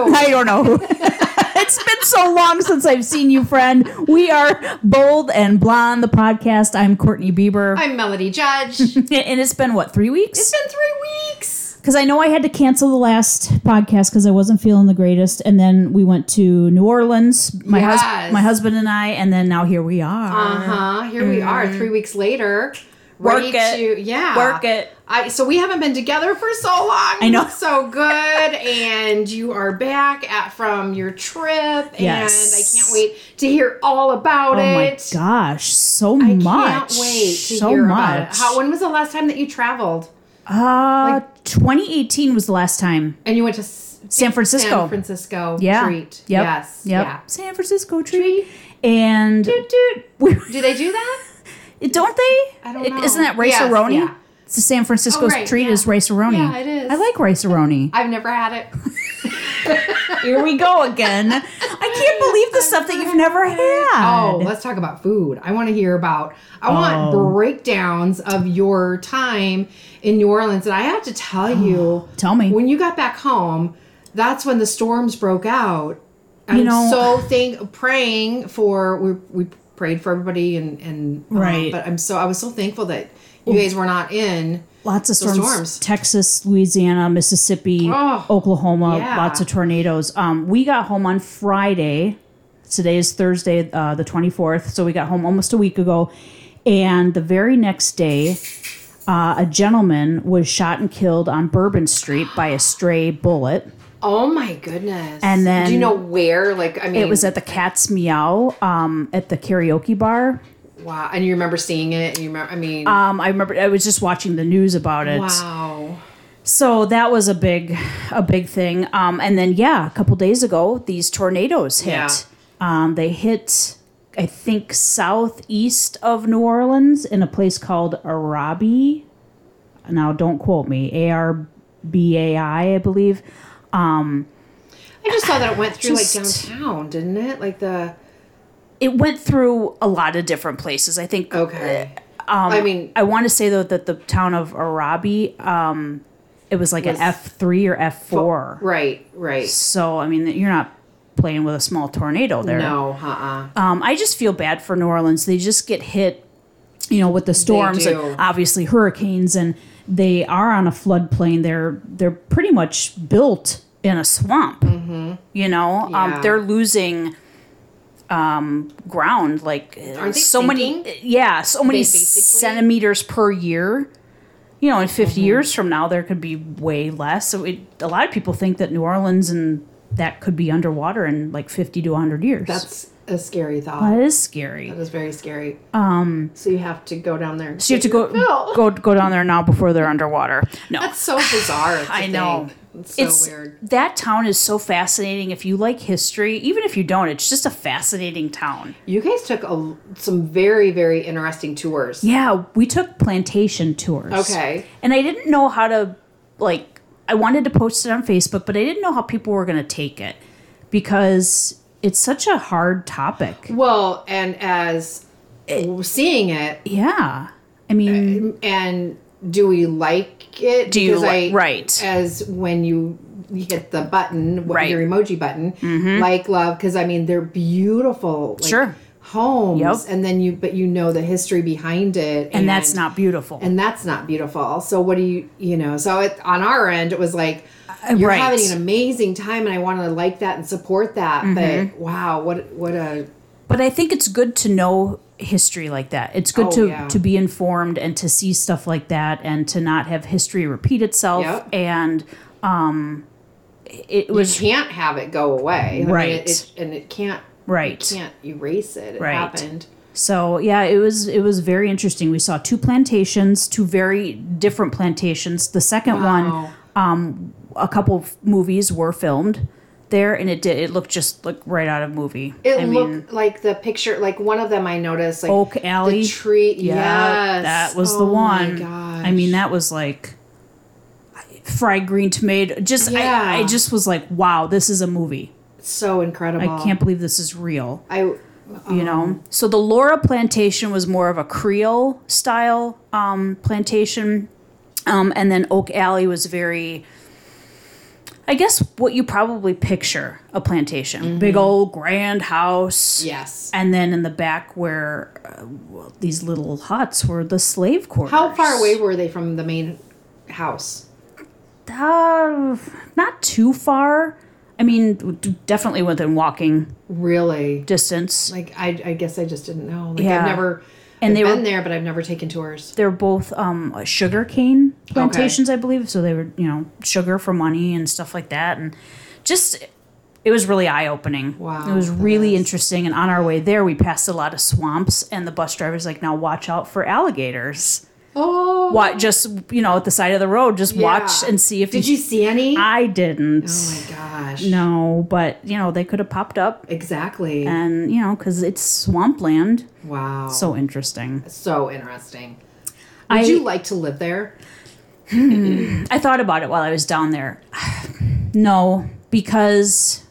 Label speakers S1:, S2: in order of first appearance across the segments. S1: Oh, I don't know. it's been so long since I've seen you, friend. We are Bold and Blonde, the podcast. I'm Courtney Bieber.
S2: I'm Melody Judge. it's been
S1: and it's been, what, three weeks?
S2: three weeks.
S1: Because I know I had to cancel the last podcast because I wasn't feeling the greatest. And then we went to New Orleans, my, hus-
S2: Yes.
S1: my husband and I. And then now here we are.
S2: Uh huh. Here we are, three weeks later.
S1: Mm-hmm. Work
S2: ready
S1: it.
S2: to yeah
S1: Work it.
S2: I so we haven't been together for so long.
S1: I know.
S2: so good, and you are back at from your trip,
S1: Yes.
S2: and I can't wait to hear all about
S1: Oh my
S2: it.
S1: gosh, so
S2: I
S1: much.
S2: can't wait to
S1: so
S2: hear
S1: much.
S2: about it. How, when was the last time that you traveled?
S1: Uh, 2018 was the last time.
S2: And you went to S-
S1: San Francisco.
S2: San Francisco
S1: yeah.
S2: treat.
S1: Yep.
S2: Yes.
S1: Yep.
S2: Yeah.
S1: San Francisco treat. And
S2: Doot, doot.
S1: we,
S2: Do they do that?
S1: don't they?
S2: I don't
S1: It-
S2: know.
S1: Isn't that
S2: Yes,
S1: raceroni?
S2: yeah.
S1: It's the San Francisco
S2: Oh, right,
S1: treat
S2: yeah.
S1: is raceroni.
S2: Yeah, it is.
S1: I like raceroni.
S2: I've never had it.
S1: Here we go again. I can't believe the stuff that you've never had.
S2: Oh, let's talk about food. I want to hear about. I want
S1: Oh.
S2: breakdowns of your time in New Orleans, and I have to tell you,
S1: Tell me.
S2: when you got back home, that's when the storms broke out. I'm
S1: You know-
S2: so thank praying for we we prayed for everybody and and um,
S1: Right.
S2: but I'm so I was so thankful that you guys were not in.
S1: Lots of storms.
S2: storms.
S1: Texas, Louisiana, Mississippi,
S2: Oh,
S1: Oklahoma,
S2: yeah.
S1: lots of tornadoes. Um, we got home on Friday. Today is Thursday, uh, the 24th. So we got home almost a week ago. And the very next day, uh, a gentleman was shot and killed on Bourbon Street by a stray bullet.
S2: Oh my goodness!
S1: And then-
S2: do you know where? Like I mean,
S1: It was at the Cat's Meow um, at the karaoke bar.
S2: wow. And you remember seeing it? And you remember? I mean,
S1: Um, I remember I was just watching the news about it.
S2: wow.
S1: So that was a big, a big thing. Um, and then yeah, a couple days ago, these tornadoes hit.
S2: Yeah.
S1: Um, they hit, I think, southeast of New Orleans in a place called Arabi. Now, don't quote me. A R B A I, I believe.
S2: I just saw that it went through
S1: Just-
S2: like downtown, didn't it? Like the
S1: It went through a lot of different places. I think.
S2: okay. Um, I mean,
S1: I want to say though that the town of Arabi, um, it was like
S2: Was-
S1: an F three or F four.
S2: right, right.
S1: So I mean, you're not playing with a small tornado there.
S2: No, uh, uh
S1: Um, I just feel bad for New Orleans. They just get hit, you know, with the storms
S2: do.
S1: and obviously hurricanes, and they are on a floodplain. They're they're pretty much built in a swamp. You know,
S2: Mm-hmm. Yeah.
S1: um, they're losing um, ground. Like uh,
S2: Aren't they
S1: so
S2: sinking?
S1: many, yeah, so many
S2: basically-
S1: centimeters per year. You know, in 50
S2: Mm-hmm.
S1: years from now, there could be way less. So it, a lot of people think that New Orleans and that could be underwater in like 50 to 100 years.
S2: That's a scary thought.
S1: That is scary.
S2: That is very scary. Um. So you have to go down there. And
S1: So you have to go
S2: No.
S1: go go down there now before they're underwater. No,
S2: That's so bizarre. to
S1: I know.
S2: think. It's so weird.
S1: That town is so fascinating. If you like history, even if you don't, it's just a fascinating town.
S2: You guys took a, some very, very interesting tours.
S1: Yeah, we took plantation tours.
S2: Okay.
S1: And I didn't know how to like I wanted to post it on Facebook, but I didn't know how people were going to take it because it's such a hard topic.
S2: Well, and as seeing it,
S1: Yeah. I mean,
S2: and do we like it?
S1: Do you
S2: Because
S1: li- right.
S2: As when you hit the button, what,
S1: Right. Mm-hmm.
S2: your emoji button, like love, because I mean they're beautiful. Like,
S1: Sure.
S2: Homes,
S1: Yep.
S2: and then you, but you know the history behind it,
S1: and, that's not beautiful.
S2: and that's not beautiful. So what do you, you know? So it, on our end, it was like you're
S1: Uh, right.
S2: having an amazing time, and I want to like that and support that.
S1: Mm-hmm.
S2: But wow, what what a
S1: But I think it's good to know history like that. It's good
S2: Oh,
S1: to
S2: yeah.
S1: to be informed and to see stuff like that and to not have history repeat itself.
S2: Yep.
S1: And um, it
S2: you
S1: was
S2: can't have it go away, I mean,
S1: Right.
S2: it, it, and it can't
S1: right.
S2: can't erase it. It
S1: Right.
S2: happened.
S1: So yeah, it was it was very interesting. We saw two plantations, two very different plantations. The second one,
S2: Wow.
S1: a couple of movies were filmed there, and it did it looked just like right out of movie.
S2: It
S1: I
S2: looked
S1: mean,
S2: like the picture, like one of them I noticed, like
S1: Oak Alley.
S2: the tree.
S1: Yeah,
S2: yes,
S1: that was
S2: Oh
S1: the one.
S2: My gosh.
S1: I mean, that was like fried green tomato. Just
S2: Yeah.
S1: I, I just was like, wow, this is a movie.
S2: so incredible.
S1: I can't believe this is real.
S2: I
S1: You
S2: Uh-huh.
S1: know. So the Laura plantation was more of a Creole style um, plantation, um, and then Oak Alley was very. I guess what you probably picture a plantation big
S2: Mm-hmm.
S1: old grand house.
S2: Yes.
S1: And then in the back where uh, well, these little huts were the slave quarters.
S2: How far away were they from the main house?
S1: Uh, not too far. I mean, d- definitely within walking
S2: Really?
S1: distance.
S2: Like I, I guess I just didn't know. Like
S1: Yeah.
S2: I've never
S1: And
S2: and
S1: they
S2: I've
S1: were-
S2: been there, but I've never taken tours.
S1: They're both um, sugar cane plantations, I believe. So they were, you know, sugar for money and stuff like that. And just, it was really eye opening.
S2: Wow,
S1: It was
S2: that
S1: really interesting. And on our way there, we passed a lot of swamps, and the bus driver's like, now watch out for alligators.
S2: Oh,
S1: What, just, you know, at the side of the road, just watch
S2: Yeah.
S1: and see if
S2: Did you see any?
S1: I didn't.
S2: oh my gosh!
S1: No, but, you know, they could have popped up.
S2: Exactly.
S1: and you know because it's swampland
S2: wow.
S1: so interesting
S2: so interesting. Would
S1: I,
S2: you like to live there?
S1: I thought about it while i was down there no because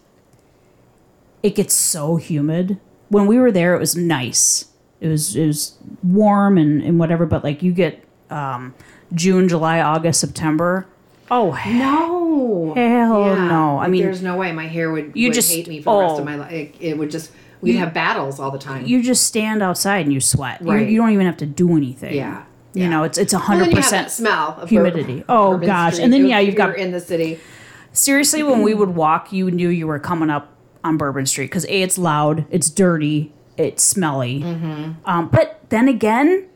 S1: it gets so humid when we were there it was nice it was it was warm and, and whatever but like you get um, june july august september oh hell
S2: No.
S1: Oh, no i
S2: Like,
S1: mean
S2: there's no way. My hair would
S1: You
S2: would
S1: just-
S2: hate me for the rest
S1: oh.
S2: of my life. It, it would just we'd have battles all the time.
S1: you just stand outside and you sweat You-
S2: Right.
S1: you, don't even have to do anything
S2: Yeah.
S1: you
S2: Yeah.
S1: know it's it's 100%
S2: Well, then you have that smell of bur-
S1: humidity. Oh,
S2: urban
S1: gosh.
S2: street
S1: And then,
S2: if
S1: yeah, you've got-
S2: you're in the city.
S1: seriously when we would walk you knew you were coming up on bourbon street because a it's loud it's dirty it's smelly
S2: Mm-hmm.
S1: um, but then again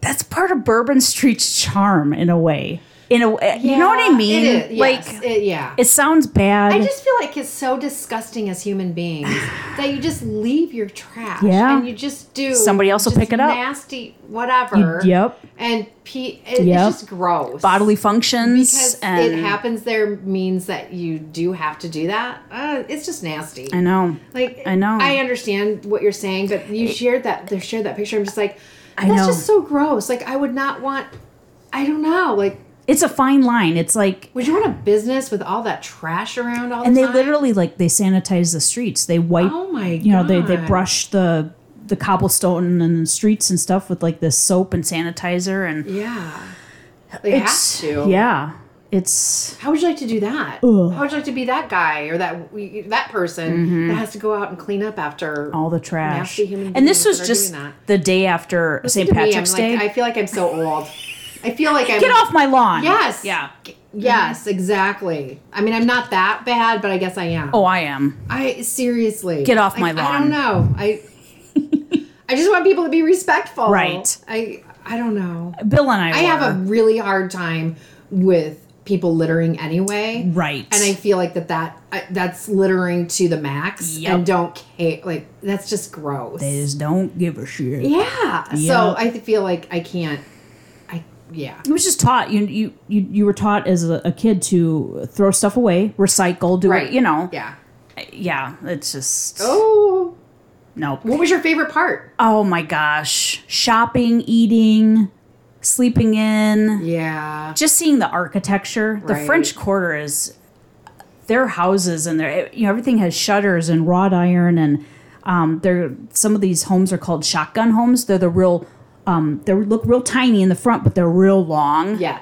S1: that's part of bourbon street's charm in a way in a way you know what i
S2: Yeah,
S1: mean
S2: It is. Yes,
S1: like
S2: it- yeah.
S1: it sounds bad
S2: I just feel like it's so disgusting as human beings that you just leave your trash.
S1: Yeah.
S2: And you just do.
S1: Somebody else will
S2: just
S1: pick it up.
S2: Nasty, whatever.
S1: yep
S2: And pe- it,
S1: Yep.
S2: it's just gross.
S1: bodily functions
S2: Because
S1: and
S2: it happens there means that you do have to do that. Uh, it's just nasty.
S1: i know
S2: Like
S1: I know.
S2: I understand what you're saying, but you shared that they shared that picture. I'm just like,
S1: I
S2: that's
S1: know.
S2: just so gross. Like I would not want. I don't know. Like,
S1: it's a fine line it's like
S2: would you want a business with all that trash around all
S1: and
S2: the
S1: they
S2: time?
S1: literally like they sanitize the streets they wipe
S2: Oh my!
S1: you know they, they
S2: God.
S1: brush the the cobblestone and the streets and stuff with like this soap and sanitizer and
S2: Yeah. They have
S1: it's
S2: to.
S1: yeah it's
S2: How would you like to do that? How would you like to be that guy or that that person that has to go out and clean up after
S1: Mm-hmm. all the trash
S2: Nasty human
S1: and this was
S2: beings that are
S1: just
S2: doing that.
S1: the day after
S2: To
S1: st
S2: me, I'm
S1: patrick's
S2: like,
S1: day
S2: I feel like I'm so old. I feel like I'm
S1: get off my lawn
S2: Yes.
S1: yeah
S2: Yes, exactly. I mean, I'm not that bad, but I guess I am.
S1: oh i am
S2: I seriously
S1: Get off
S2: Like,
S1: my
S2: I don't
S1: lawn.
S2: know. I I just want people to be respectful.
S1: Right.
S2: I I don't know.
S1: bill and i,
S2: I have a
S1: were.
S2: really hard time with people littering anyway.
S1: right
S2: And I feel like that that I, that's littering to the max
S1: Yep.
S2: and don't care. Like that's just gross.
S1: they just don't give a shit
S2: yeah. So
S1: Yep.
S2: I feel like I can't. I yeah.
S1: it was just taught you you you, you were taught as a, a kid to throw stuff away recycle do
S2: Right.
S1: it you know
S2: Yeah.
S1: yeah it's just
S2: Oh.
S1: nope
S2: What was your favorite part?
S1: Oh my gosh. Shopping, eating, sleeping in,
S2: Yeah.
S1: just seeing the architecture. The
S2: Right.
S1: French Quarter is their houses and their you know everything has shutters and wrought iron and um they're some of these homes are called shotgun homes. They're the real um they look real tiny in the front but they're real long.
S2: Yeah.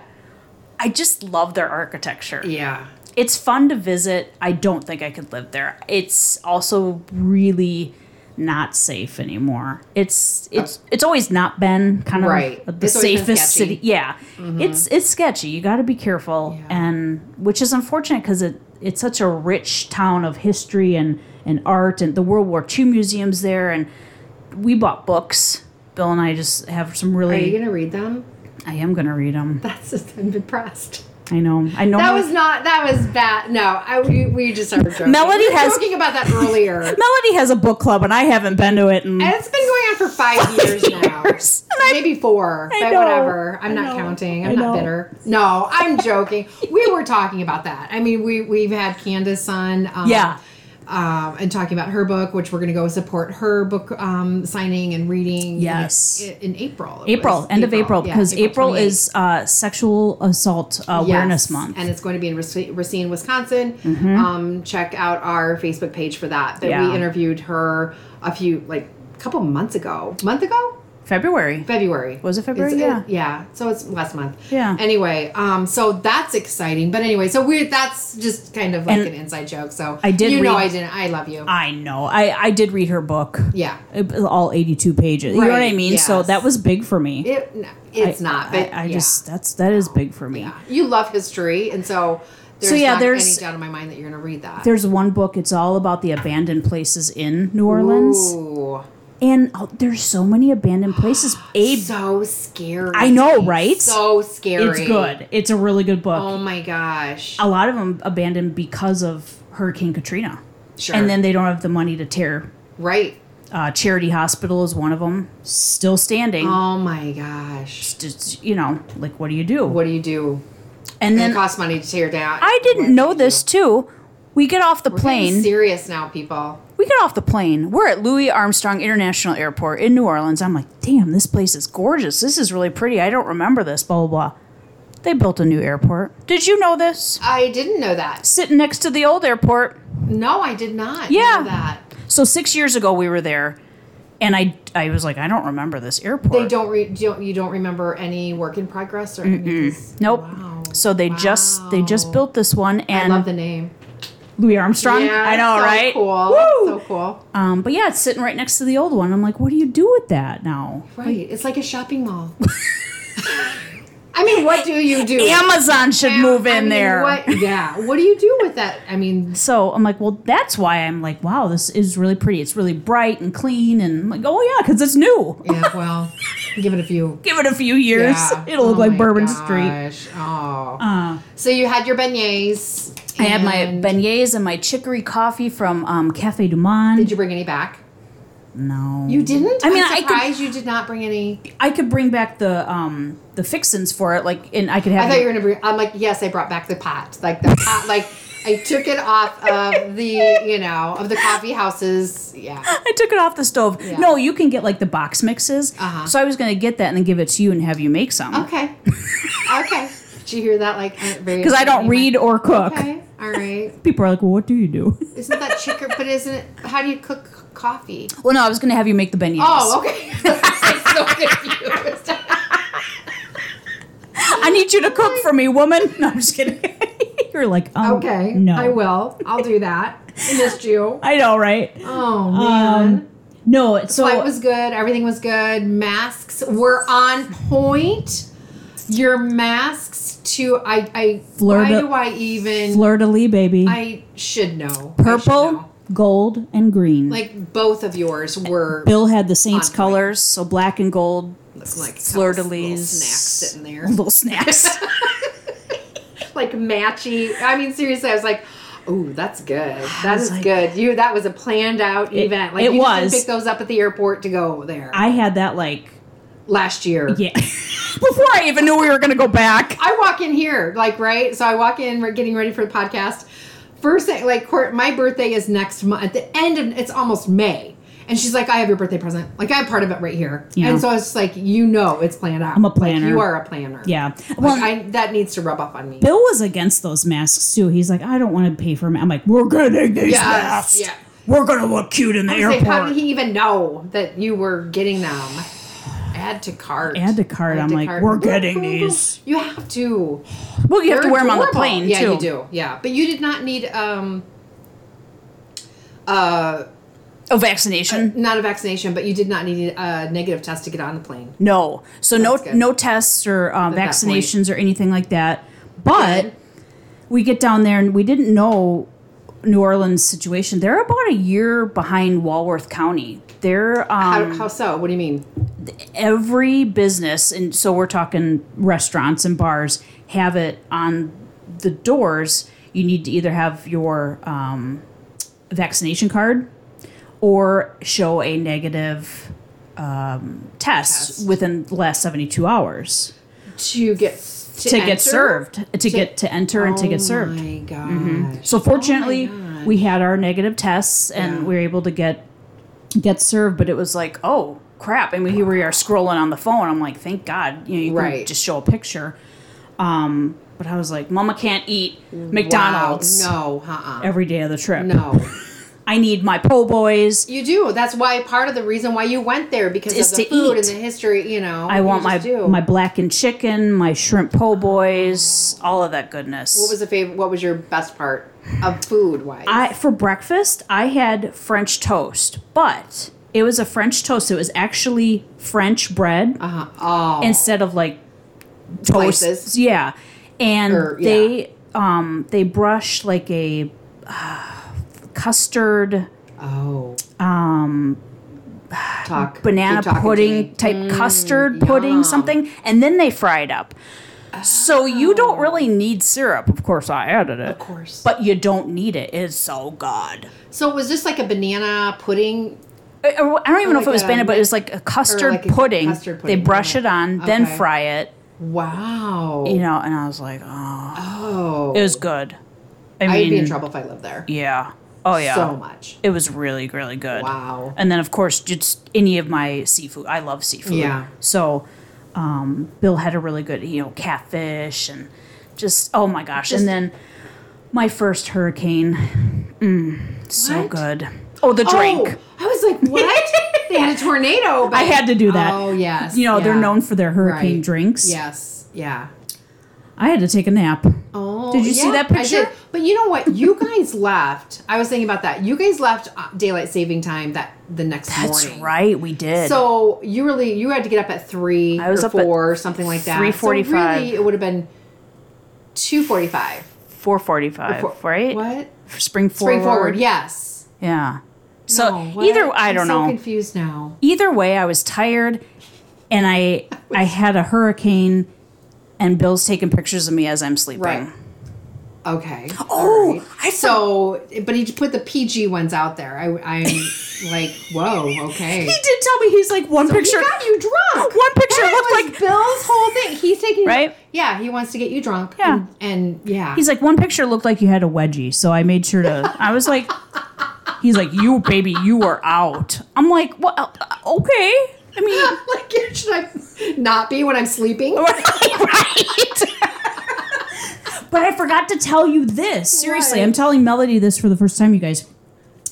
S1: I just love their architecture.
S2: Yeah.
S1: It's fun to visit. I don't think I could live there. It's also really not safe anymore. It's it's it's always not been kind of
S2: Right.
S1: the
S2: It's always been
S1: safest
S2: sketchy.
S1: city.
S2: Mm-hmm.
S1: Yeah. It's it's sketchy. You got to be careful
S2: Yeah.
S1: and which is unfortunate cuz it it's such a rich town of history and and art and the World War II museums there and we bought books. Bill and I just have some
S2: Are you
S1: really
S2: gonna read them?
S1: I am going to read them.
S2: That's just I'm impressed.
S1: I know. I know.
S2: That
S1: how-
S2: was not. That was bad. No, I we, we just started joking.
S1: Melody
S2: we were
S1: has-
S2: talking about that earlier. and
S1: Melody has a book club and I haven't been to it in
S2: it's been going on for five years now.
S1: years. And I-
S2: Maybe four,
S1: I
S2: but
S1: know.
S2: whatever. I'm
S1: I
S2: not
S1: know.
S2: counting.
S1: I
S2: I'm not
S1: know.
S2: bitter. No, I'm joking. we were talking about that. I mean, we we've had Candace on. Um,
S1: Yeah.
S2: Um, and talking about her book, which we're going to go support her book um, signing and reading.
S1: Yes.
S2: in, in April. it
S1: April,
S2: was.
S1: end of April,
S2: Yeah,
S1: because April,
S2: 28th.
S1: is uh, Sexual Assault uh, Awareness
S2: Yes,
S1: Month. Mm-hmm.
S2: and it's going to be in Rac- Racine, Wisconsin. Um, check out our Facebook page for that. But
S1: Yeah.
S2: we interviewed her a few, like, a couple months ago, month ago,
S1: February.
S2: February.
S1: Was it February?
S2: It's-
S1: Yeah.
S2: it- yeah. So it's last month.
S1: Yeah.
S2: Anyway, um, so that's exciting. But anyway, so we're that's just kind of like
S1: And
S2: an inside joke. So
S1: I did
S2: You know,
S1: read-
S2: I didn't. I love you.
S1: I know. I I did read her book.
S2: yeah.
S1: It- All 82 pages. You know what I
S2: Right,
S1: mean? So
S2: yes.
S1: that was big for me.
S2: It, no, it's
S1: I-
S2: not. But
S1: I, I
S2: yeah.
S1: just that's that is big for me.
S2: Yeah. You love history, and so there's
S1: yeah,
S2: not
S1: there's-
S2: any doubt in my mind that you're going to read that.
S1: There's one book. It's all about the abandoned places in New Orleans,
S2: Ooh,
S1: and oh, there's so many abandoned places. Abe,
S2: so scary.
S1: I know, right?
S2: So scary.
S1: it's good. It's a really good book.
S2: Oh my gosh.
S1: a lot of them abandoned because of Hurricane Katrina,
S2: Sure.
S1: and then they don't have the money to tear.
S2: right.
S1: Uh, Charity Hospital is one of them, still standing.
S2: Oh my gosh.
S1: Just, you know, like what do you do?
S2: What do you do?
S1: and
S2: And
S1: then
S2: it costs money to tear down.
S1: I
S2: What
S1: didn't
S2: do
S1: know
S2: you
S1: this
S2: do?
S1: too. We get off the
S2: We're getting
S1: plane.
S2: serious now, people.
S1: We get off the plane. We're at Louis Armstrong International Airport in New Orleans. I'm like, damn, this place is gorgeous. This is really pretty. I don't remember this, blah, blah, blah. They built a new airport. Did you know this?
S2: I didn't know that.
S1: Sitting next to the old airport.
S2: No, I did not
S1: Yeah.
S2: know that.
S1: So six years ago, we were there, and I, I was like, I don't remember this airport.
S2: They don't, re- you don't. You don't remember any work in progress or anything?
S1: Nope.
S2: Wow.
S1: So they just they just
S2: Wow.
S1: built this one
S2: I
S1: and
S2: love the name.
S1: Louis Armstrong.
S2: Yeah,
S1: I know,
S2: so
S1: right?
S2: Cool.
S1: Woo!
S2: That's so cool.
S1: Um, but yeah, it's sitting right next to the old one. I'm like, what do you do with that now?
S2: Right. It's like a shopping mall. I mean, what do you do?
S1: Amazon should move in
S2: I mean,
S1: there.
S2: What, yeah. What do you do with that? I mean,
S1: So I'm like, well, that's why I'm like, wow, this is really pretty. It's really bright and clean, and I'm like, oh yeah, because it's new.
S2: yeah. Well, give it a few.
S1: Give it a few years,
S2: Yeah.
S1: it'll look
S2: Oh
S1: like
S2: my
S1: Bourbon Street.
S2: gosh. Oh.
S1: Uh,
S2: so you had your beignets.
S1: I had my
S2: and
S1: beignets and my chicory coffee from um, Cafe Du Monde.
S2: Did you bring any back?
S1: no,
S2: You didn't.
S1: I mean,
S2: I'm
S1: I could-
S2: surprised you did not bring any.
S1: I could bring back the um, the fixins for it, like, and I could have.
S2: I thought you were gonna bring. I'm like, yes, I brought back the pot. Like the pot. like I took it off of the, you know, of the coffee houses. Yeah.
S1: I took it off the stove.
S2: Yeah.
S1: No, you can get like the box mixes.
S2: Uh-huh.
S1: So I was gonna get that and then give it to you and have you make some.
S2: Okay. okay. Did you hear that? Like, uh,
S1: Because I don't read or cook.
S2: Okay. All right.
S1: People are like, well, what do you do?
S2: Isn't that chicory? But isn't it? How do you cook c- coffee?
S1: Well, no, I was gonna have you make the beignets.
S2: Oh, okay. I'm so confused.
S1: I need you to cook for me, woman. No, I'm just kidding. You're like, um,
S2: Okay.
S1: no,
S2: I will. I'll do that. I missed you.
S1: I know, right?
S2: Oh man.
S1: No, it's Um, so
S2: Flight was good. Everything was good. Masks were on point. Your masks to I I
S1: Florida-
S2: why do I even
S1: fleur de lis, baby.
S2: I should know. I should
S1: Purple,
S2: know.
S1: gold, and green.
S2: Like both of yours were
S1: Bill had the Saints
S2: on point.
S1: colors, so black and gold.
S2: looking like
S1: fleur de
S2: little
S1: lis,
S2: snacks sitting there.
S1: little snacks.
S2: like matchy. I mean, seriously, I was like, "Oh, that's good. That is
S1: like-
S2: good. You that was a planned out
S1: It-
S2: event. Like
S1: it
S2: you just didn't
S1: was.
S2: pick those up at the airport to go there
S1: I had that like,
S2: last year.
S1: yeah, before I even knew we were gonna go back.
S2: I walk in here, like right. So I walk in, we're getting ready for the podcast. First thing, like Court, my birthday is next month. At the end of it's almost May, and she's like, "I have your birthday present. Like I have part of it right here."
S1: Yeah.
S2: And so I was just like, "You know, it's planned out.
S1: I'm a
S2: Like,
S1: planner.
S2: you are a planner.
S1: Yeah.
S2: Like,
S1: Well,
S2: I, that needs to rub off on me.
S1: Bill was against those masks too. He's like, I don't want to pay for them. I'm like, we're getting these
S2: Yes,
S1: masks.
S2: yeah.
S1: We're gonna look cute in the
S2: I was like,
S1: airport.
S2: how did he even know that you were getting them? Add to cart.
S1: Add to cart. I'm like, we're getting these.
S2: You have to.
S1: well, you have
S2: They're
S1: to wear them on the
S2: adorable.
S1: plane
S2: yeah,
S1: too.
S2: you do. Yeah, but you did not need um, uh,
S1: Oh, vaccination?
S2: not a vaccination, but you did not need a negative test to get on the plane.
S1: no. So no
S2: That's good.
S1: no tests or um,
S2: that
S1: vaccinations or anything like that. But we get down there and we didn't know New Orleans situation. They're about a year behind Walworth County. They're
S2: How,
S1: um,
S2: how so? What do you mean?
S1: every business, and so we're talking restaurants and bars, have it on the doors. You need to either have your um, vaccination card or show a negative um, test,
S2: Test.
S1: within the last 72 hours
S2: To get to,
S1: to,
S2: enter?
S1: get served, Mm-hmm. to, get to enter and to get
S2: Oh
S1: served.
S2: my gosh.
S1: So fortunately,
S2: Oh my
S1: we had our negative tests and
S2: Yeah.
S1: we were able to get get served. But it was like, oh crap! And we, here we are scrolling on the phone. I'm like, thank God, you know, you can
S2: Right.
S1: just show a picture. Um, but I was like, Mama can't eat
S2: Wow.
S1: McDonald's
S2: No. Uh. uh
S1: every day of the trip.
S2: No.
S1: I need my po' boys.
S2: You do. That's why part of the reason why you went there because
S1: Is
S2: of the
S1: to
S2: food
S1: eat.
S2: and the history. You know,
S1: I
S2: you
S1: want my
S2: just do. Oh.
S1: my blackened chicken, my shrimp po' boys, all of that goodness.
S2: What was the favorite? What was your best part of food wise?
S1: I for breakfast I had French toast, but it was a French toast. It was actually French bread
S2: uh, oh,
S1: instead of like toast.
S2: Slices.
S1: Yeah, and
S2: Or-
S1: they um they brush like a uh, custard
S2: oh, um, talk
S1: banana
S2: Keep talking to
S1: pudding
S2: me. Mm,
S1: type custard pudding something, and then they fry it up. So you don't really need syrup. Of course, I added it. Of
S2: Oh. course.
S1: but you don't need it. It's so good.
S2: So it was just like a banana pudding.
S1: I I don't even know if it
S2: like
S1: was
S2: a
S1: banana, but it was like a custard,
S2: like a
S1: pudding.
S2: custard
S1: They
S2: pudding,
S1: brush
S2: yeah.
S1: it on, then
S2: Okay.
S1: fry it.
S2: Wow.
S1: You know, and I was like, oh,
S2: oh,
S1: it was good. I mean,
S2: I'd be in trouble if I lived there.
S1: yeah, oh yeah,
S2: So much.
S1: it was really, really good.
S2: Wow.
S1: And then of course, just any of my seafood. I love seafood.
S2: Yeah.
S1: So, um, Bill had a really good, you know, catfish and just oh my gosh.
S2: Just-
S1: and then my first hurricane, mm, so
S2: What?
S1: good. Oh, the drink.
S2: Oh, I was like, what? they had a tornado. But
S1: I had to do that.
S2: Oh yes.
S1: You know, they're
S2: yeah.
S1: known for their hurricane
S2: Right.
S1: drinks.
S2: Yes. Yeah.
S1: I had to take a nap.
S2: Oh,
S1: Did you see that
S2: I did.
S1: picture?
S2: But you know what? You guys left. I was thinking about that. You guys left uh, daylight saving time that the next
S1: That's
S2: morning.
S1: right, we did.
S2: So you really you had to get up at three
S1: I was
S2: or
S1: up at
S2: four, something like that.
S1: 3:45.
S2: So really, it would have been two forty-five.
S1: 445, right?
S2: What?
S1: Spring forward.
S2: Spring forward. Yes.
S1: Yeah. So
S2: No, what?
S1: either I
S2: I'm
S1: don't
S2: so
S1: know.
S2: Confused now.
S1: Either way, I was tired and I I had a hurricane and Bill's taking pictures of me as I'm sleeping.
S2: Right. Okay.
S1: Oh,
S2: Alright.
S1: I for-
S2: so, but he put the PG ones out there. I, I'm like, whoa, okay.
S1: He did tell me he's like one
S2: He
S1: picture
S2: got you drunk.
S1: One picture
S2: That
S1: looked
S2: was
S1: like-
S2: Bill's whole thing. He's taking
S1: Right?
S2: Yeah, he wants to get you drunk.
S1: Yeah.
S2: and, and yeah,
S1: He's like one picture looked like you had a wedgie, so I made sure to I was like He's like, "You baby, you were out." I'm like, "What? okay." I mean,
S2: like, should I not be when I'm sleeping?
S1: right. but I forgot to tell you this. Seriously,
S2: What?
S1: I'm telling Melody this for the first time, you guys.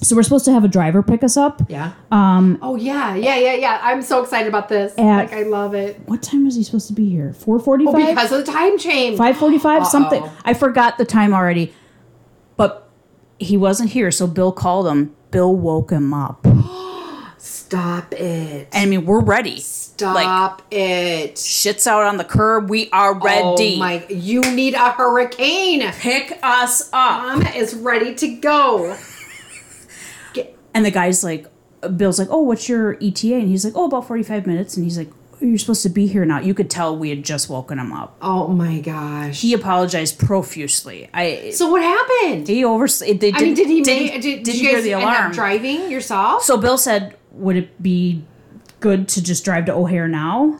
S1: So we're supposed to have a driver pick us up.
S2: Yeah.
S1: Um,
S2: Oh yeah, yeah, yeah, yeah. I'm so excited about this. like I love it
S1: what time was he supposed to be here? Four forty-five.
S2: Oh, because of the time change.
S1: Five forty-five.
S2: Uh-oh.
S1: Something. I forgot the time already. But he wasn't here, so Bill called him. Bill woke him up. And
S2: Stop it.
S1: I mean, we're ready.
S2: Stop it.
S1: Shit's out on the curb. We are ready.
S2: Oh my! You need a hurricane.
S1: Pick us up.
S2: Mama is ready to go. Get,
S1: And the guy's like, Bill's like, oh, what's your ETA? And he's like, oh, about 45 minutes. And he's like, you're supposed to be here now. You could tell we had just woken him up.
S2: oh my gosh.
S1: He apologized profusely. I
S2: so what happened?
S1: he overs they didn't,
S2: I mean, did he
S1: didn't,
S2: make? Did, did,
S1: didn't
S2: you
S1: hear
S2: guys
S1: the
S2: end
S1: alarm.
S2: up driving yourself?
S1: so Bill said, would it be good to just drive to O'Hare now?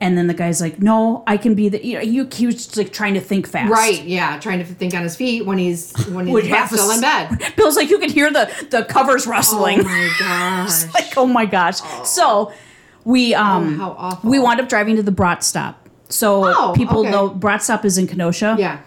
S1: And then the guy's like, no, I can be the. You know, he, he was just like trying to think fast.
S2: right, yeah, trying to think on his feet when he's when
S1: Would
S2: he's
S1: have
S2: still
S1: a-
S2: in bed.
S1: Bill's like, you could hear the the covers rustling.
S2: Oh my gosh!
S1: like, oh my gosh. So we um
S2: how awful.
S1: we wound up driving to the Brat Stop. So
S2: Oh,
S1: people
S2: okay.
S1: know Brat Stop is in Kenosha.
S2: yeah,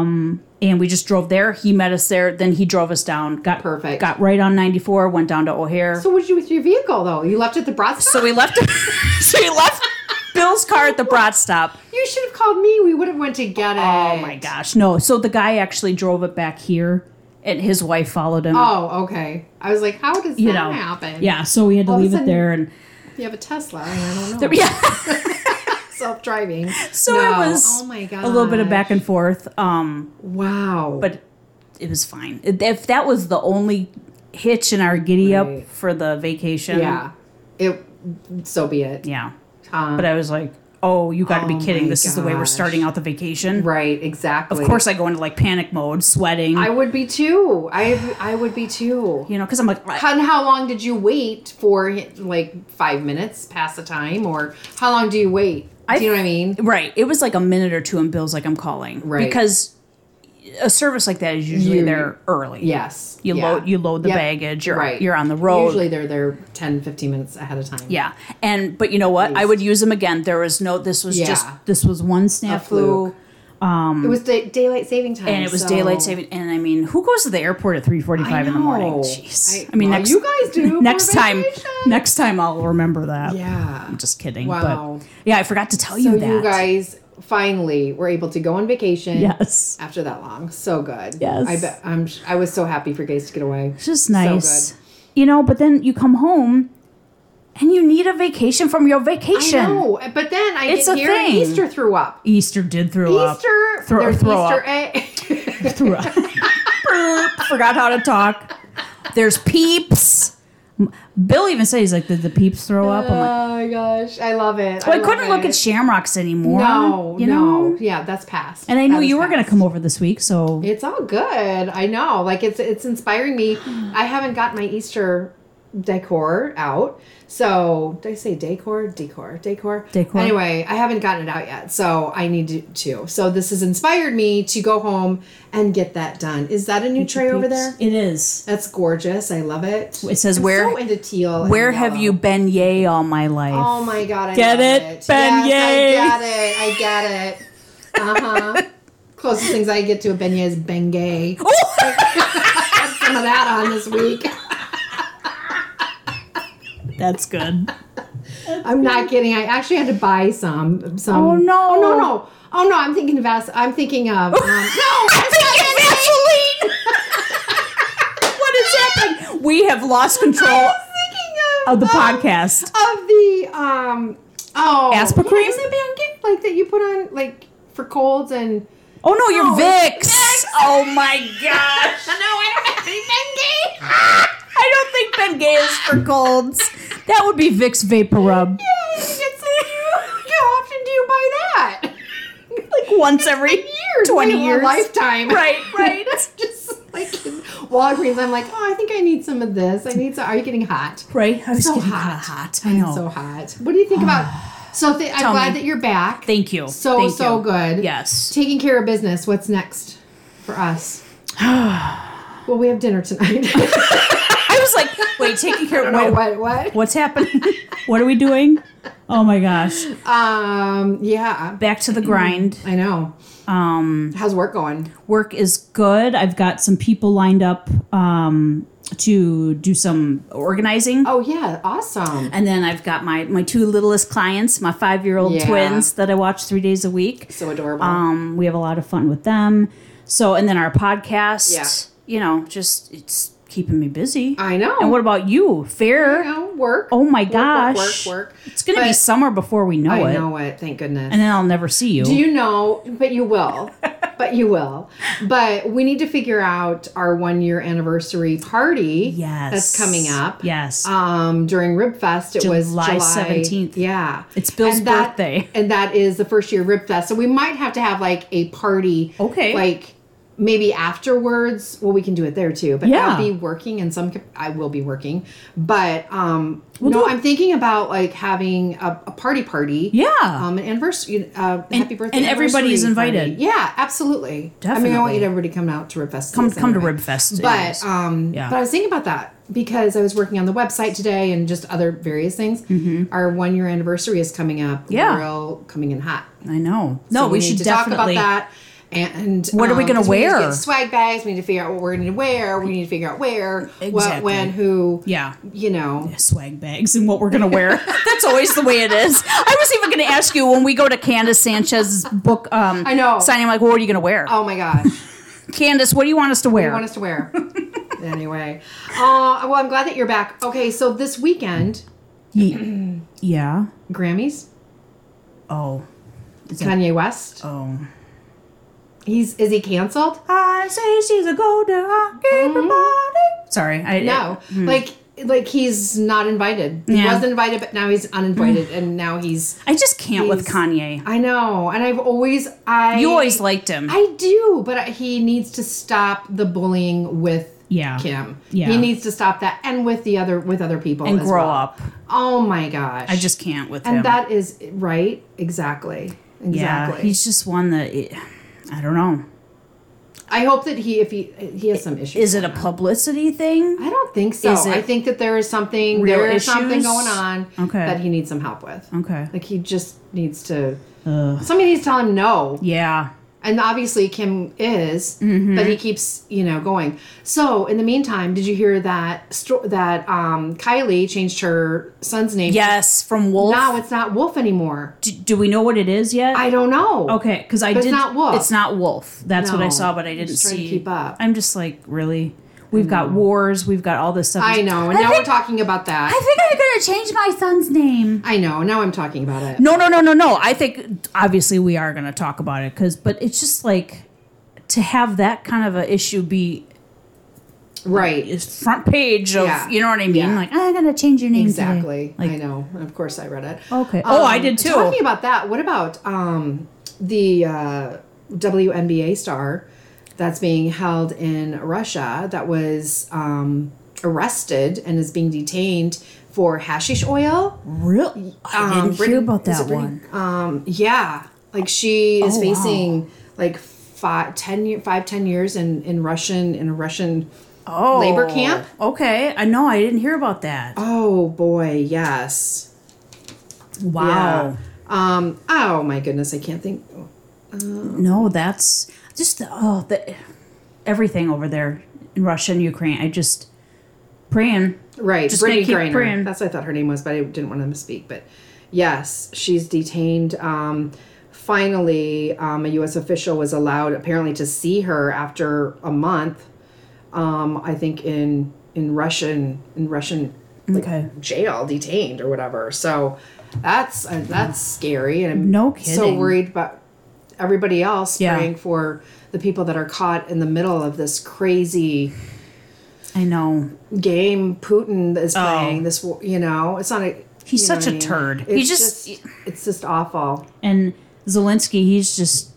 S1: And we just drove there. He met us there, then he drove us down, got
S2: Perfect.
S1: got right on ninety four, went down to O'Hare.
S2: So
S1: So,
S2: what did you do with your vehicle though? You left it at the brat stop.
S1: we left so we left Bill's car at the Brat Stop.
S2: you should have called me. We would have went to get it.
S1: Oh my gosh. No. So the guy actually drove it back here and his wife followed him.
S2: Oh okay. I was like, how does
S1: you
S2: that
S1: know.
S2: happen?
S1: Yeah, so we had to
S2: All of a
S1: leave it
S2: sudden-
S1: there and
S2: You have a Tesla. I don't know.
S1: yeah.
S2: Self driving.
S1: So it was
S2: Oh my god.
S1: a little bit of back and forth. Um
S2: Wow.
S1: but it was fine. If that was the only hitch in our giddy
S2: Right.
S1: up for the vacation,
S2: yeah, it. So be it.
S1: um, yeah.
S2: Um,
S1: But I was like, oh, you got to
S2: Oh
S1: be kidding!
S2: my
S1: This is the way we're
S2: gosh.
S1: starting out the vacation.
S2: right. Exactly.
S1: Of course, I go into like panic mode, sweating.
S2: I would be too. I I would be too.
S1: you know, because I'm like, I-
S2: And how long did you wait for? it? Like five minutes past the time, or how long do you wait? do you know what I mean?
S1: right? It was like a minute or two, and Bill's like, I'm calling,
S2: Right.
S1: Because a service like that is usually
S2: You-
S1: there early.
S2: Yes.
S1: You
S2: Yeah.
S1: load you load the
S2: Yep.
S1: baggage. You're
S2: Right.
S1: you're on the road.
S2: Usually they're there 10, 15 minutes ahead of time.
S1: Yeah, and but you know what? I would use them again. There was no. This was
S2: Yeah.
S1: just. This was one snafu.
S2: fluke. it was day- daylight saving time,
S1: and it was
S2: so-
S1: daylight saving. And I mean, who goes to the airport at three forty-five in the morning?
S2: know.
S1: Jeez.
S2: I-
S1: I, mean,
S2: well,
S1: next
S2: you guys do for
S1: next time.
S2: vacation.
S1: Next time, I'll remember that.
S2: Yeah.
S1: I'm just kidding.
S2: Wow.
S1: But yeah, I forgot to tell
S2: So
S1: you that.
S2: you guys finally were able to go on vacation.
S1: yes,
S2: After that long, so good.
S1: Yes.
S2: I bet I'm. sh- I was so happy for you guys to get away.
S1: it's just nice. You know, but then you come home, and you need a vacation from your vacation.
S2: I know, but then I
S1: It's
S2: did
S1: a
S2: hear
S1: thing.
S2: Easter threw up.
S1: Easter did throw up.
S2: Easter,
S1: Throw-
S2: there's
S1: throw
S2: Easter
S1: up.
S2: egg.
S1: threw up. Burp. Forgot how to talk. There's peeps. Bill even said he's like, did the peeps throw up? I'm like,
S2: oh my gosh, I love it.
S1: well, I
S2: love
S1: couldn't look
S2: it.
S1: at Shamrocks anymore.
S2: No,
S1: you
S2: no,
S1: know.
S2: yeah, that's past.
S1: And I knew
S2: That is
S1: you were going to
S2: past.
S1: come over this week, so
S2: It's all good. I know. Like it's it's inspiring me. I haven't got my Easter decor out. So did I say decor? Decor. Decor.
S1: Decor.
S2: Anyway, I haven't gotten it out yet. So I need to, to. So this has inspired me to go home and get that done. Is that a new tray over there?
S1: It is.
S2: That's gorgeous. I love it.
S1: It says
S2: I'm
S1: where-
S2: so into teal. and
S1: Where have
S2: yellow.
S1: you been, yay, all my life?
S2: Oh my god, I
S1: Get
S2: love
S1: it?
S2: Yes,
S1: Beignet.
S2: I get it. I get it. Uh huh. Closest things I get to a beignet is Bengay. Put some of that on this week.
S1: That's good.
S2: I'm not kidding. I actually had to buy some. Some.
S1: Oh, no.
S2: Oh no no. Oh no. I'm thinking of. Vas- I'm thinking of. Um,
S1: no, I'm thinking Vaseline. what is happening? We have lost control
S2: I was thinking of,
S1: of the
S2: um,
S1: podcast.
S2: of the um. Oh.
S1: Asper
S2: yeah,
S1: cream?
S2: is it Bengay like that you put on like for colds and.
S1: Oh no, you're
S2: No,
S1: Vicks.
S2: it's Vicks.
S1: Oh my gosh.
S2: No, I don't have any Bengay.
S1: I don't think Ben Gay is for colds. That would be Vicks Vapor Rub.
S2: Yay, you get some- How often do you buy that?
S1: Like once every
S2: Years,
S1: 20
S2: like a
S1: years.
S2: lifetime,
S1: Right, right.
S2: Just like in Walgreens, I'm like, oh, I think I need some of this. I need some. Are you getting hot?
S1: Right? I was
S2: So
S1: getting
S2: hot.
S1: hot. I
S2: I'm
S1: know.
S2: so hot. What do you think about? So th- I'm
S1: Tell
S2: glad
S1: me.
S2: that you're back.
S1: Thank you.
S2: so
S1: Thank
S2: so
S1: you.
S2: good.
S1: Yes.
S2: Taking care of business. What's next for us? well, we have dinner tonight.
S1: I was like, wait, taking care of
S2: what,
S1: wait,
S2: what? What?
S1: what's happening? what are we doing? Oh my gosh.
S2: Um. Yeah.
S1: Back to the grind.
S2: I know.
S1: Um
S2: How's work going?
S1: work is good. I've got some people lined up um to do some organizing.
S2: Oh yeah. Awesome.
S1: And then I've got my my two littlest clients, my five year old
S2: Yeah.
S1: twins that I watch three days a week.
S2: So adorable.
S1: Um, we have a lot of fun with them. So and then our podcast.
S2: Yeah.
S1: You know, just it's keeping me busy.
S2: I know.
S1: and what about you?
S2: you
S1: Fair.
S2: know, work.
S1: Oh my
S2: Work,
S1: gosh.
S2: Work, work, work.
S1: It's gonna be
S2: But-
S1: summer before we know
S2: I
S1: it.
S2: know it. Thank goodness.
S1: And then I'll never see you.
S2: Do you know? But you will. but you will. But we need to figure out our one year anniversary party.
S1: Yes.
S2: That's coming up.
S1: Yes.
S2: Um, during Rib Fest, it was
S1: July
S2: July
S1: 17th.
S2: Yeah,
S1: It's Bill's
S2: And that-
S1: birthday.
S2: and that is the first year of Rib Fest. So we might have to have like a party.
S1: Okay.
S2: like maybe afterwards. Well, we can do it there too. But
S1: Yeah.
S2: I'll be working in some. cap- I will be working, but um,
S1: We'll
S2: no,
S1: do it.
S2: I'm thinking about like having a, a party party.
S1: yeah.
S2: Um, an anniversary, uh, happy birthday,
S1: and everybody is
S2: anniversary
S1: invited.
S2: party. Yeah, absolutely. I mean, I want
S1: Definitely.
S2: you to everybody to come out to Ribfest.
S1: come come to Ribfest.
S2: But um,
S1: Yeah.
S2: but I was thinking about that because I was working on the website today and just other various things. Our one year anniversary is coming up.
S1: Mm-hmm. Yeah.
S2: we're all coming in hot.
S1: I know. No,
S2: So
S1: we, should
S2: need to
S1: definitely
S2: talk about that. And um,
S1: What are we gonna
S2: 'cause need to
S1: wear?
S2: get swag bags. We need to figure out what we're going to wear. We need to figure out where, what,
S1: Exactly.
S2: when, who.
S1: Yeah.
S2: You know.
S1: swag bags and what we're gonna wear. That's always the way it is. I was even gonna ask you when we go to Candace Sanchez's book um
S2: I know.
S1: signing, like, what are you gonna wear?
S2: Oh my gosh.
S1: Candace, what do you want us to wear?
S2: you want us to wear? anyway, uh, well, I'm glad that you're back. Okay, so this weekend,
S1: Ye-
S2: Mm-hmm.
S1: yeah.
S2: Grammys,
S1: Oh.
S2: Kanye West.
S1: Oh.
S2: He's is he canceled?
S1: I say she's a golden rock, everybody. Sorry, I
S2: Mm-hmm. No, like like he's not invited. He
S1: Hmm. Yeah.
S2: was invited, but now he's uninvited, and now he's.
S1: I just can't with
S2: He's-
S1: Kanye.
S2: I know, and I've always I
S1: You always liked him.
S2: I do, but he needs to stop the bullying with
S1: yeah.
S2: Kim.
S1: Yeah.
S2: He needs to stop that, and with the other with other people
S1: And
S2: as
S1: grow
S2: well.
S1: up.
S2: Oh my gosh!
S1: I just can't with
S2: and
S1: him.
S2: that is right exactly
S1: yeah.
S2: exactly.
S1: He's just one that I don't know.
S2: I hope that he, if he, he has some issues.
S1: Is it a publicity thing?
S2: I don't think so.
S1: Is it
S2: I think that there is something,
S1: real
S2: there is something
S1: issues?
S2: going on
S1: Okay.
S2: that he needs some help with.
S1: Okay.
S2: Like he just needs to,
S1: Ugh.
S2: somebody needs to tell him no.
S1: Yeah.
S2: And obviously Kim is,
S1: Mm-hmm.
S2: but he keeps, you know, going. So in the meantime, did you hear that sto- that um, Kylie changed her son's name?
S1: Yes, from Wolf.
S2: Now it's not Wolf anymore.
S1: do, do we know what it is yet?
S2: I don't know.
S1: okay, because I
S2: But it's
S1: did.
S2: not Wolf.
S1: It's not Wolf. That's what I
S2: No.
S1: saw, but I
S2: I'm
S1: didn't
S2: just trying to
S1: see.
S2: keep up.
S1: I'm just like really. We've got wars. We've got all this stuff.
S2: I know. And
S1: I
S2: now
S1: think-
S2: we're talking about that.
S1: I think I'm gonna change my son's name.
S2: I know. Now I'm talking about it.
S1: No, no, no, no, no. I think obviously we are gonna talk about it because, but it's just like to have that kind of a issue be
S2: Right.
S1: is front page of
S2: Yeah.
S1: you know what I mean.
S2: Yeah.
S1: Like I'm gonna change your name today."
S2: Exactly.
S1: Mm-hmm. Like
S2: I know. And of course I read it. Um,
S1: Okay. Oh, I did too.
S2: Talking about that, what about um, the uh, WNBA star that's being held in Russia that was um, arrested and is being detained for hashish oil?
S1: real. I didn't hear
S2: Brit-
S1: about
S2: Um, is
S1: that
S2: it Brit-
S1: one.
S2: Um, yeah, like she is
S1: Oh, wow.
S2: facing like five, ten, year, five, ten years in in Russian in a Russian.
S1: Oh,
S2: labor camp?
S1: Okay, I know. I didn't hear about that.
S2: Oh boy, yes.
S1: wow.
S2: Yeah. Um. Oh my goodness, I can't think.
S1: No, that's just the, oh the everything over there in Russia and Ukraine. I just praying.
S2: Right,
S1: Just
S2: Brittany
S1: gonna
S2: Griner.
S1: keep praying.
S2: That's what I thought her name was, but I didn't want to misspeak. But yes, she's detained. Um, finally, um, a U.S. official was allowed apparently to see her after a month. Um, I think in in Russian in Russian like,
S1: Okay.
S2: jail, detained or whatever. So that's uh, that's scary, and I'm
S1: No
S2: so
S1: kidding.
S2: worried about everybody else
S1: Yeah.
S2: praying for the people that are caught in the middle of this crazy
S1: I know.
S2: game Putin is
S1: Oh.
S2: playing this war, you know it's not a
S1: He's
S2: you know
S1: such
S2: what
S1: a
S2: I mean?
S1: turd.
S2: it's
S1: He
S2: just,
S1: just-
S2: it's just awful
S1: And Zelensky, he's just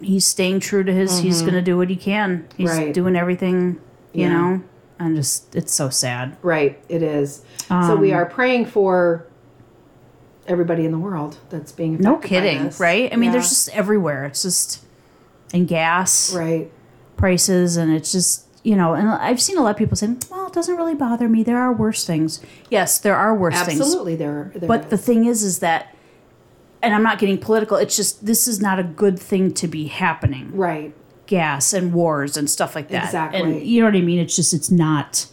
S1: he's staying true to his. He's gonna do what he can. He's
S2: Mm-hmm. Right.
S1: doing everything. You
S2: Yeah.
S1: know. And just it's so sad.
S2: right it is so
S1: Um.
S2: we are praying for everybody in the world that's being affected
S1: No
S2: by
S1: kidding,
S2: this.
S1: right? I mean,
S2: Yeah.
S1: there's just everywhere. It's just and gas.
S2: right
S1: prices and it's just you know and i've seen a lot of people saying well it doesn't really bother me there are worse things yes there are worse things
S2: absolutely there, there
S1: but the thing is is that and i'm not getting political it's just this is not a good thing to be happening
S2: right
S1: gas and wars and stuff like that
S2: Exactly.
S1: and you know what i mean it's just it's not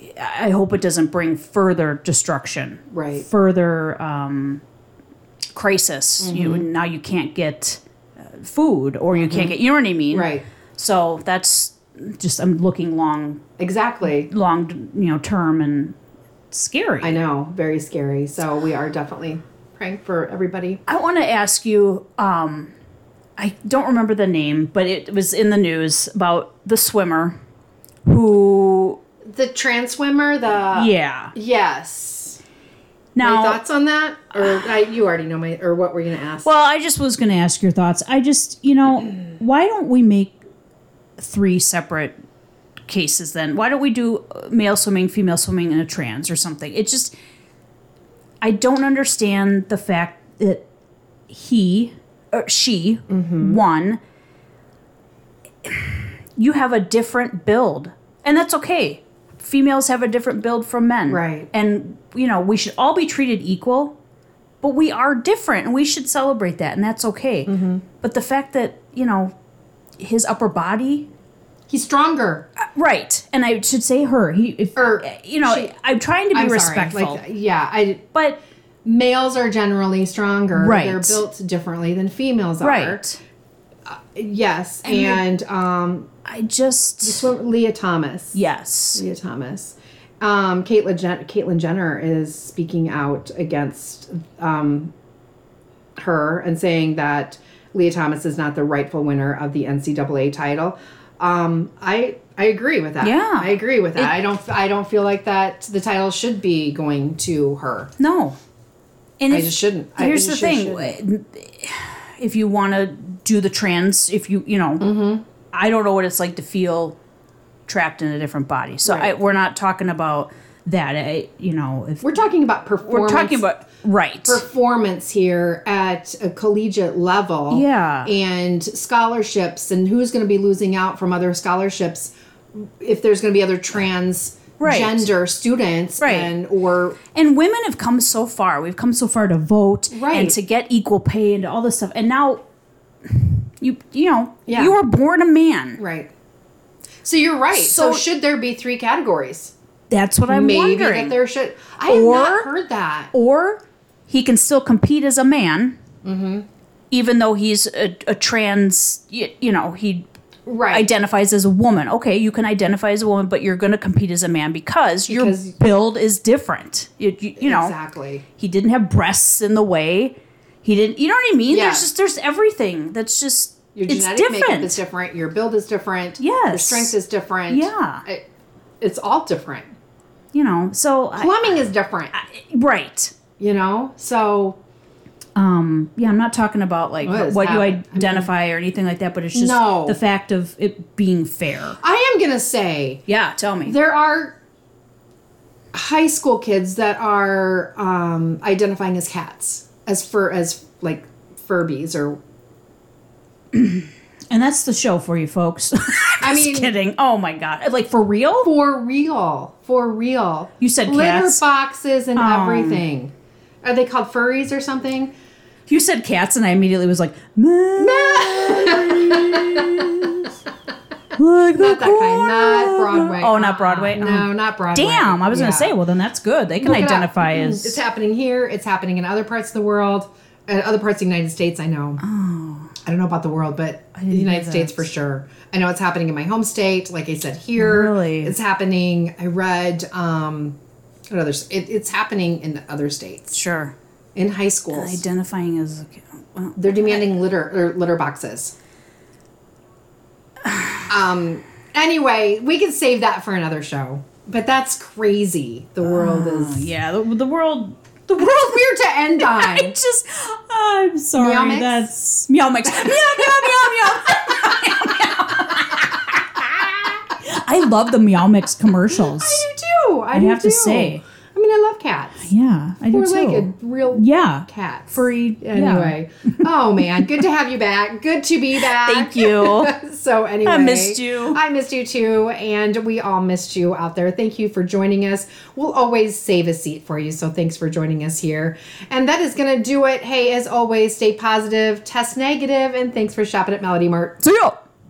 S1: i I hope it doesn't bring further destruction
S2: Right.
S1: further um crisis
S2: Mm-hmm.
S1: you now you can't get uh, food or you can't get you know what i mean
S2: right
S1: so that's just I'm looking long,
S2: exactly
S1: long, you know, term and scary.
S2: I know very scary so we are definitely praying for everybody
S1: I want to ask you. Um, I don't remember the name, but it was in the news about the swimmer who,
S2: the trans swimmer the
S1: yeah.
S2: yes
S1: Now,
S2: Any thoughts on that or I, you already know my or what we're gonna ask
S1: well, I just was going to ask your thoughts. I just, you know, why don't we make three separate cases then? Why don't we do uh, male swimming, female swimming, and a trans or something? It just, I don't understand the fact that he or she won. You have a different build, and that's okay. Females have a different build from men,
S2: Right.
S1: And you know we should all be treated equal, but we are different, and we should celebrate that, and that's okay. But the fact that you know his upper body
S2: he's stronger
S1: Right, and I should say her. He, if,
S2: Or
S1: you know,
S2: she-
S1: I'm trying to be
S2: I'm sorry,
S1: respectful,
S2: Like, yeah, I
S1: but
S2: males are generally stronger.
S1: Right.
S2: They're built differently than females are.
S1: right.
S2: Yes. And um
S1: I just
S2: so Leah Thomas.
S1: yes,
S2: Leah Thomas. Um Caitlyn Jen- Caitlyn Jenner is speaking out against um her and saying that Leah Thomas is not the rightful winner of the NCAA title. Um, I I agree with that.
S1: Yeah.
S2: I agree with that. I don't I don't feel like that the title should be going to her.
S1: no. And
S2: I just shouldn't. I
S1: here's the
S2: just
S1: thing:
S2: shouldn't.
S1: if you want to do the trans, if you you know,
S2: Mm-hmm.
S1: I don't know what it's like to feel trapped in a different body. So I,
S2: Right.
S1: we're not talking about that. I, you know, if
S2: We're talking about performance.
S1: we're talking about right,
S2: performance here at a collegiate level.
S1: Yeah.
S2: And scholarships and who's going to be losing out from other scholarships if there's going to be other trans
S1: Right.
S2: gender students
S1: Right.
S2: and or
S1: And women have come so far. We've come so far to vote
S2: Right.
S1: and to get equal pay and all this stuff. And now you you know
S2: Yeah.
S1: you were born a man.
S2: Right. So you're right. So,
S1: So-
S2: should there be three categories?
S1: That's what I'm
S2: Maybe
S1: wondering.
S2: that there should. I have
S1: Or-
S2: not heard that.
S1: or he can still compete as a man,
S2: Mm-hmm.
S1: even though he's a, a trans. You, you know, he
S2: Right.
S1: identifies as a woman. Okay, you can identify as a woman, but you're going to compete as a man because,
S2: Because-
S1: your build is different. You, you, you know,
S2: Exactly.
S1: he didn't have breasts in the way. He didn't. You know what I mean?
S2: Yeah.
S1: There's just there's everything that's just
S2: Your
S1: it's
S2: genetic makeup
S1: different.
S2: is different. Your build is different. Your
S1: Yes.
S2: strength is different.
S1: Yeah.
S2: It- it's all different.
S1: you know, so I,
S2: Plumbing is different.
S1: right.
S2: You know. So
S1: Um, yeah, I'm not talking about like
S2: What
S1: what,
S2: is
S1: you
S2: happening? I
S1: identify or anything like that, but it's just
S2: No.
S1: the fact of it being fair.
S2: I am gonna say
S1: Yeah, tell me.
S2: there are high school kids that are um, identifying as cats, as fur as like Furbies or
S1: And that's the show for you folks.
S2: I mean
S1: Kidding. Oh my god. Like for real?
S2: for real, for real.
S1: You said
S2: litter
S1: cats. Um.
S2: boxes and everything. Are they called furries or something?
S1: You said cats, and I immediately was like, "Memories." Like the
S2: Not that kind. Not
S1: corner-
S2: Broadway.
S1: Oh, not Broadway.
S2: No,
S1: Oh.
S2: not Broadway.
S1: Damn, I was gonna
S2: Yeah.
S1: say. Well, then that's good. They can
S2: Look it up. Mm-hmm.
S1: identify as.
S2: It's happening here. It's happening in other parts of the world. and other parts of the United States, I know. I don't know about the world, but the
S1: Oh. didn't
S2: United
S1: know
S2: States
S1: that.
S2: for sure. I know it's happening in my home state. Like I said, here
S1: Really?
S2: it's happening. I read um, what others? It, it's happening in other states
S1: sure.
S2: in high schools.
S1: Identifying as. Well,
S2: They're demanding litter or litter boxes. um. Anyway, we can save that for another show. But that's crazy. The world is
S1: yeah, the, the world.
S2: the world's weird to end on.
S1: It just. I'm sorry.
S2: Meow mix?
S1: That's meow mix. meow meow meow meow. I love the meow mix commercials.
S2: I do too. I, do
S1: have to
S2: too.
S1: say.
S2: I mean, I love cats.
S1: yeah, I do
S2: We're
S1: too.
S2: like a real
S1: yeah.
S2: cats.
S1: Free. yeah.
S2: Anyway, oh man, good to have you back. Good to be back.
S1: Thank you.
S2: so anyway,
S1: missed you.
S2: I missed you too, and we all missed you out there. Thank you for joining us. We'll always save a seat for you, so thanks for joining us here. And that is gonna do it. Hey, as always, stay positive, test negative, and thanks for shopping at Melody Mart.
S1: See ya.